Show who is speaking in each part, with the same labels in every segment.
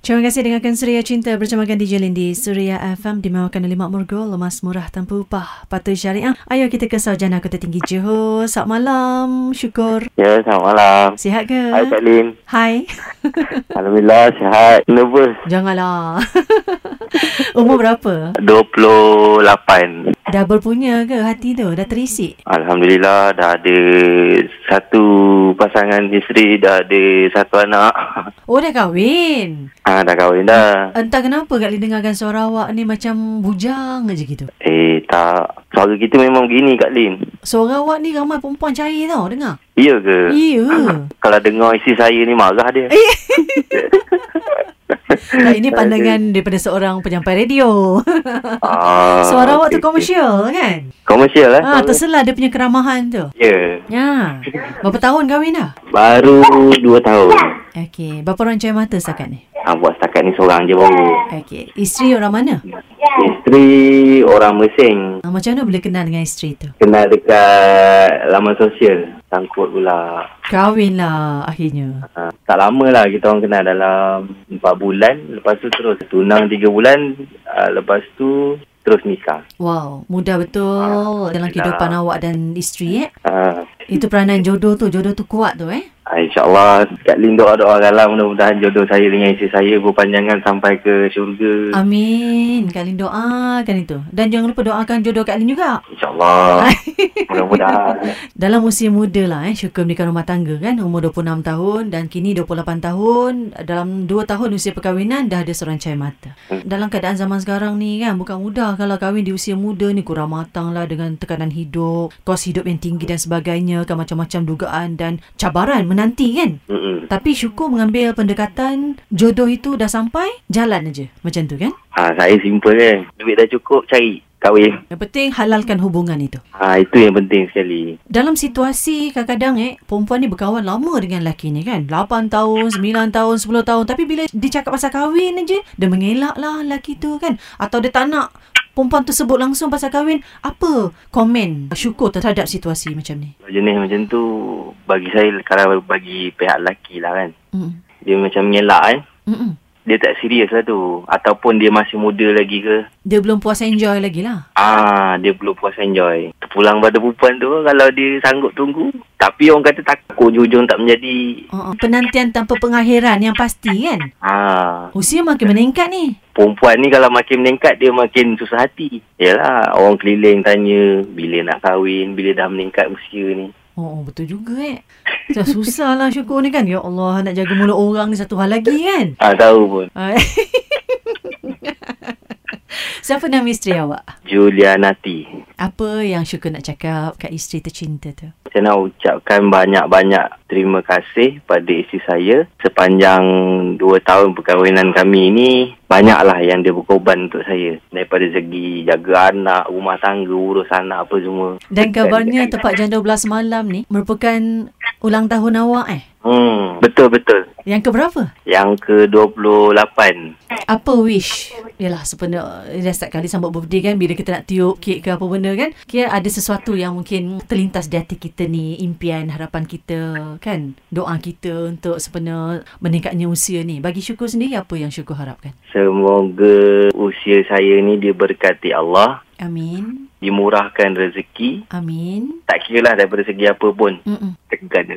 Speaker 1: Terima kasih dengarkan Suria Cinta bercamakan DJ Lindi. Suria FM dimawakan oleh Mak Murgul, lemas murah tanpa upah, patuh syariah. Ayo kita ke Saujana Kota Tinggi Johor. Selamat malam, syukur.
Speaker 2: Ya, selamat malam.
Speaker 1: Sihat ke?
Speaker 2: Hai, Kak Lin.
Speaker 1: Hai.
Speaker 2: Alhamdulillah, sihat. Nervous.
Speaker 1: Janganlah. Umur berapa?
Speaker 2: 28.
Speaker 1: Dah berpunya ke hati tu? Dah terisik?
Speaker 2: Alhamdulillah, dah ada satu pasangan isteri, dah ada satu anak.
Speaker 1: Oh, dah kahwin.
Speaker 2: Ah, dah kahwin dah.
Speaker 1: Entah kenapa Kak Lee dengarkan suara awak ni macam bujang aja gitu.
Speaker 2: Eh, tak. Suara kita memang begini, Kak Lin.
Speaker 1: Suara awak ni ramai perempuan cari tau, dengar?
Speaker 2: Ya ke?
Speaker 1: Ya.
Speaker 2: Kalau dengar isteri saya ni marah dia.
Speaker 1: Nah, ini pandangan daripada seorang penyampai radio.
Speaker 2: Ah,
Speaker 1: Suara awak
Speaker 2: okey,
Speaker 1: tu
Speaker 2: okey.
Speaker 1: komersial kan?
Speaker 2: Komersial lah.
Speaker 1: Ah, terselah dia punya keramahan tu.
Speaker 2: Ya.
Speaker 1: Ya. Berapa tahun kahwin dah?
Speaker 2: Baru 2 tahun.
Speaker 1: Okey. Berapa orang cahaya mata setakat ni?
Speaker 2: Ah, buat setakat ni seorang je baru.
Speaker 1: Okey. Isteri orang mana?
Speaker 2: Isteri orang Mesing.
Speaker 1: Ah, macam mana boleh kenal dengan isteri tu?
Speaker 2: Kenal dekat laman sosial. Sangkut pula.
Speaker 1: Kahwin lah akhirnya.
Speaker 2: Ha, tak lama lah kita orang kenal dalam 4 bulan. Lepas tu terus tunang 3 bulan. Uh, lepas tu terus nikah.
Speaker 1: Wow, mudah betul dalam kehidupan awak dan isteri eh.
Speaker 2: Uh,
Speaker 1: Itu peranan jodoh tu, jodoh tu kuat tu eh.
Speaker 2: InsyaAllah Kak Lin doa-doakanlah mudah-mudahan jodoh saya dengan isteri saya berpanjangan sampai ke syurga.
Speaker 1: Amin. Kak Lin doakan itu. Dan jangan lupa doakan jodoh Kak Lin juga.
Speaker 2: InsyaAllah. mudah-mudahan.
Speaker 1: Dalam usia muda lah eh, Syukur mendirikan rumah tangga kan Umur 26 tahun dan kini 28 tahun Dalam 2 tahun usia perkahwinan dah ada seorang cahaya mata Dalam keadaan zaman sekarang ni kan Bukan mudah kalau kahwin di usia muda ni Kurang matang lah dengan tekanan hidup Kos hidup yang tinggi dan sebagainya kan Macam-macam dugaan dan cabaran menanti kan
Speaker 2: Mm-mm.
Speaker 1: Tapi syukur mengambil pendekatan Jodoh itu dah sampai Jalan aja Macam tu kan
Speaker 2: Ha, saya simple kan. Duit dah cukup cari kahwin.
Speaker 1: Yang penting halalkan hubungan itu
Speaker 2: Ha, itu yang penting sekali.
Speaker 1: Dalam situasi kadang-kadang eh perempuan ni berkawan lama dengan lelaki ni kan 8 tahun, 9 tahun, 10 tahun tapi bila dia cakap pasal kahwin aje dia mengelak lah lelaki tu kan atau dia tak nak perempuan tu sebut langsung pasal kahwin apa komen syukur terhadap situasi macam ni
Speaker 2: Jenis macam tu bagi saya kalau bagi pihak lelaki lah kan.
Speaker 1: hmm
Speaker 2: Dia macam mengelak kan.
Speaker 1: Mm-mm.
Speaker 2: Dia tak serius lah tu. Ataupun dia masih muda lagi ke.
Speaker 1: dia belum puas enjoy lagi lah
Speaker 2: Ah, dia belum puas enjoy. Terpulang pada perempuan tu kalau dia sanggup tunggu. Tapi orang kata takut jujur tak menjadi.
Speaker 1: uh penantian tanpa pengakhiran yang pasti kan
Speaker 2: Ah,
Speaker 1: usia makin meningkat ni
Speaker 2: perempuan ni kalau makin meningkat dia makin susah hati. Yalah, orang keliling tanya bila nak kahwin, bila dah meningkat usia ni.
Speaker 1: Oh, betul juga eh. Dah susah lah syukur ni kan. Ya Allah, nak jaga mulut orang ni satu hal lagi kan.
Speaker 2: Ah, tahu pun.
Speaker 1: Ah. Siapa nama isteri awak?
Speaker 2: Julianati.
Speaker 1: Apa yang Syukur nak cakap kat isteri tercinta tu?
Speaker 2: Saya nak ucapkan banyak-banyak terima kasih pada isteri saya. Sepanjang 2 tahun perkahwinan kami ini, banyaklah yang dia berkorban untuk saya. Daripada segi jaga anak, rumah tangga, urus anak apa semua.
Speaker 1: Dan kabarnya tempat janda belas malam ni merupakan ulang tahun awak eh?
Speaker 2: Hmm, betul-betul.
Speaker 1: Yang keberapa?
Speaker 2: Yang ke-28.
Speaker 1: Apa wish? Yalah, sebenarnya dah setiap kali sambut birthday kan bila kita nak tiup kek ke apa benda kan kira ada sesuatu yang mungkin terlintas di hati kita ni impian harapan kita kan doa kita untuk sebenarnya meningkatnya usia ni bagi Syukur sendiri apa yang Syukur harapkan?
Speaker 2: Semoga usia saya ni diberkati Allah,
Speaker 1: Amin
Speaker 2: dimurahkan rezeki.
Speaker 1: Amin
Speaker 2: Tak kira lah daripada segi apa pun.
Speaker 1: Mm-mm.
Speaker 2: Tegan.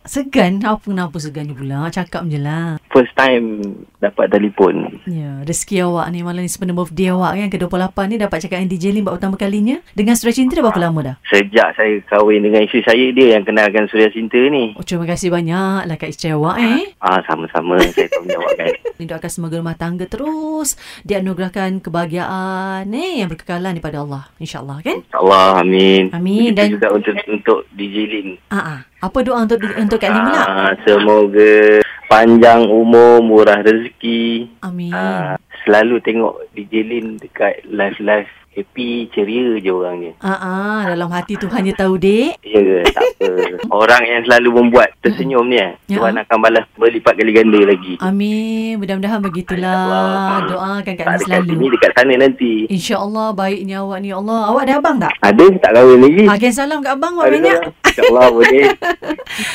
Speaker 1: Segan? Apa kenapa segan ni pula? Cakap je lah.
Speaker 2: First time dapat telefon.
Speaker 1: Ya, rezeki awak ni malam ni sebenarnya birthday awak kan ke-28 ni dapat cakap dengan DJ Lin buat pertama kalinya. Dengan Surah Cinta dah berapa lama dah?
Speaker 2: Sejak saya kahwin dengan isteri saya, dia yang kenalkan Surya Cinta ni.
Speaker 1: Oh, terima kasih banyak lah kat isteri awak eh.
Speaker 2: Ah, sama-sama saya tahu kan. menjawabkan.
Speaker 1: Doakan semoga rumah tangga terus dianugerahkan kebahagiaan eh yang berkekalan daripada Allah. InsyaAllah kan?
Speaker 2: InsyaAllah, amin.
Speaker 1: Amin,
Speaker 2: Begitu
Speaker 1: dan-
Speaker 2: juga untuk, untuk DJ Lin.
Speaker 1: Ah, ah. Apa doa untuk untuk Kak Lin pula?
Speaker 2: Ah, semoga panjang umur, murah rezeki.
Speaker 1: Amin.
Speaker 2: Ah, selalu tengok DJ Lin dekat live-live happy, ceria je orangnya.
Speaker 1: Ah, ah, dalam hati tu hanya tahu dek.
Speaker 2: Ya ke? Tak apa. Orang yang selalu membuat tersenyum ni eh.
Speaker 1: Ya. Ah,
Speaker 2: Tuhan akan balas berlipat kali ganda lagi.
Speaker 1: Amin. Mudah-mudahan begitulah. Doakan Kak Ni
Speaker 2: Tak dekat sini,
Speaker 1: selalu. Ya.
Speaker 2: dekat sana nanti.
Speaker 1: InsyaAllah baiknya awak ni. Allah. Awak ada abang tak?
Speaker 2: Ada yang tak kahwin lagi?
Speaker 1: Akhir salam kat abang awak
Speaker 2: Hmm. Ada lah.
Speaker 1: banyak.
Speaker 2: orang. InsyaAllah boleh.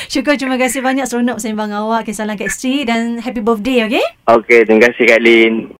Speaker 1: Syukur terima kasih banyak seronok sembang awak. Kisah Kak Sri dan happy birthday okay?
Speaker 2: Okey, terima kasih Kak Lin.